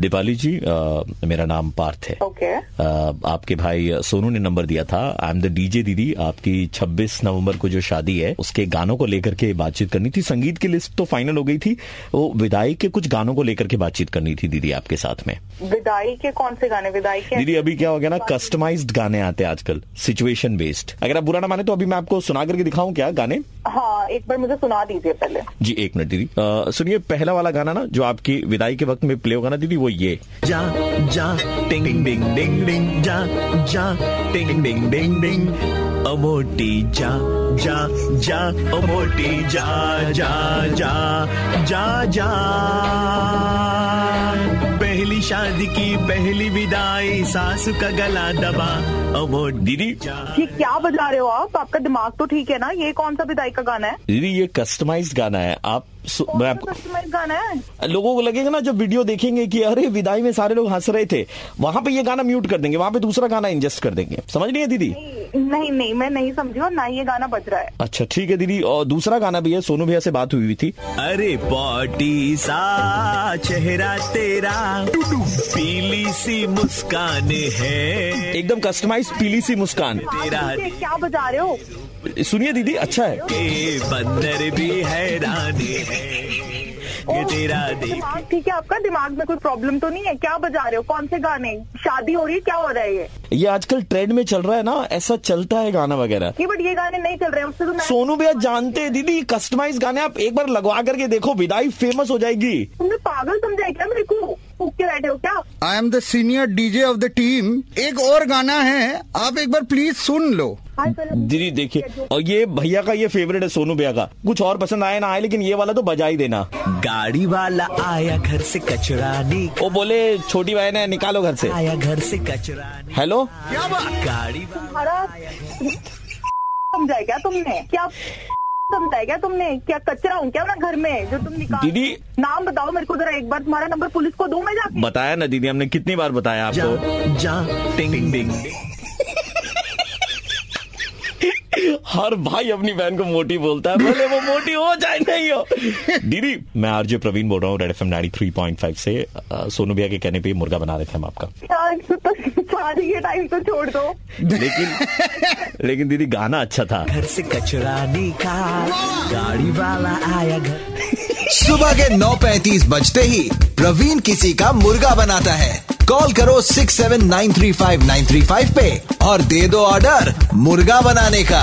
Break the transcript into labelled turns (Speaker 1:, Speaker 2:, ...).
Speaker 1: दीपाली जी अ, मेरा नाम पार्थ है
Speaker 2: ओके
Speaker 1: अ, आपके भाई सोनू ने नंबर दिया था आई एम द डीजे दीदी आपकी 26 नवंबर को जो शादी है उसके गानों को लेकर के बातचीत करनी थी संगीत की लिस्ट तो फाइनल हो गई थी वो विदाई के कुछ गानों को लेकर के बातचीत करनी थी दीदी आपके साथ में
Speaker 2: विदाई के कौन से गाने विदाई के
Speaker 1: दीदी अभी क्या हो गया ना कस्टमाइज्ड गाने आते हैं आजकल सिचुएशन बेस्ड अगर आप बुरा ना माने तो अभी मैं आपको सुना करके दिखाऊं क्या गाने
Speaker 2: हाँ एक बार मुझे सुना दीजिए पहले
Speaker 1: जी एक मिनट दीदी अ, सुनिए पहला वाला गाना ना जो आपकी विदाई के वक्त में प्ले होगा ना दीदी वो ये
Speaker 3: जा जा टिंग डिंग डिंग डिंग जा जा टिंग डिंग डिंग डिंग ओ मोटी जा जा जा ओ मोटी जा जा जा जा जा पहली शादी की पहली विदाई सासू का गला दबा ओ मोटी
Speaker 1: दीदी
Speaker 2: ये क्या बजा रहे हो आप आपका दिमाग तो ठीक है ना ये कौन सा विदाई का गाना है
Speaker 1: दीदी ये कस्टमाइज्ड गाना है आप सु- मैं
Speaker 2: कौन
Speaker 1: आपको
Speaker 2: सा customer गाना है
Speaker 1: लोगों को लगेगा ना जब वीडियो देखेंगे कि अरे विदाई में सारे लोग हंस रहे थे वहां पे ये गाना म्यूट कर देंगे वहां पे दूसरा गाना इंजेस्ट कर देंगे समझ रही है दीदी
Speaker 2: नहीं नहीं मैं नहीं समझी और ना ही ये गाना बज रहा है
Speaker 1: अच्छा ठीक है दीदी और दूसरा गाना भी है सोनू भैया से बात हुई हुई थी
Speaker 3: अरे पॉटी सा चेहरा तेरा पीली सी मुस्कान है
Speaker 1: एकदम कस्टमाइज पीली सी मुस्कान
Speaker 3: तेरा
Speaker 2: ये हाँ, क्या बजा रहे हो
Speaker 1: सुनिए दीदी अच्छा है
Speaker 3: के बंदर भी हैरान है ये तेरा देख
Speaker 2: दिमाग ठीक है आपका दिमाग में कोई प्रॉब्लम तो नहीं है क्या बजा रहे हो कौन से गाने शादी हो रही है क्या हो रहा है ये
Speaker 1: ये आजकल ट्रेंड में चल रहा है ना ऐसा चलता है गाना वगैरह
Speaker 2: ये बट ये गाने नहीं चल रहे हैं उससे तो मैं
Speaker 1: सोनू भैया जानते हैं दीदी कस्टमाइज गाने आप एक बार लगवा करके देखो विदाई फेमस हो जाएगी
Speaker 2: तुमने पागल समझा है क्या मेरे को फूक के बैठे हो क्या
Speaker 4: I am the senior DJ of the team एक और गाना है आप एक बार प्लीज सुन लो
Speaker 2: हाय गलत
Speaker 1: दीदी देखिए और ये भैया का ये फेवरेट है सोनू भैया का कुछ और पसंद आए ना आए लेकिन ये वाला तो बजा ही देना
Speaker 3: गाड़ी वाला आया घर से कचरा निक
Speaker 1: वो बोले छोटी बहन है निकालो घर से
Speaker 3: आया घर से कचरा निक
Speaker 1: हेलो
Speaker 3: क्या बात गाड़ी वाला
Speaker 2: तुम्हारा समझा है क्या तुमने क्या समझा है क्या तुमने क्या कचरा हूँ क्या मैं घर में जो तुम निकाल
Speaker 1: दीदी-
Speaker 2: नाम बताओ मेरे को जरा एक बार तुम्हारा नंबर पुलिस को दो मैं जाके
Speaker 1: बताया ना दीदी हमने कितनी बार बताया
Speaker 3: जा
Speaker 1: आपको
Speaker 3: जा टिंग डिंग
Speaker 1: हर भाई अपनी बहन को मोटी बोलता है भले वो मोटी हो चाहे नहीं हो दीदी मैं आरजे प्रवीण बोल रहा हूँ red F M three point five से अ, सोनू भैया के कहने पे ये मुर्गा बना रहे थे हम आपका
Speaker 2: यार, तो शादी के टाइम तो छोड़ दो
Speaker 1: लेकिन लेकिन दीदी गाना अच्छा था
Speaker 3: घर से कचरा निकाल गाड़ी वाला आया घर
Speaker 5: सुबह के 9:35 बजते ही प्रवीण किसी का मुर्गा बनाता है कॉल करो 67935 पे और दे दो ऑर्डर मुर्गा बनाने का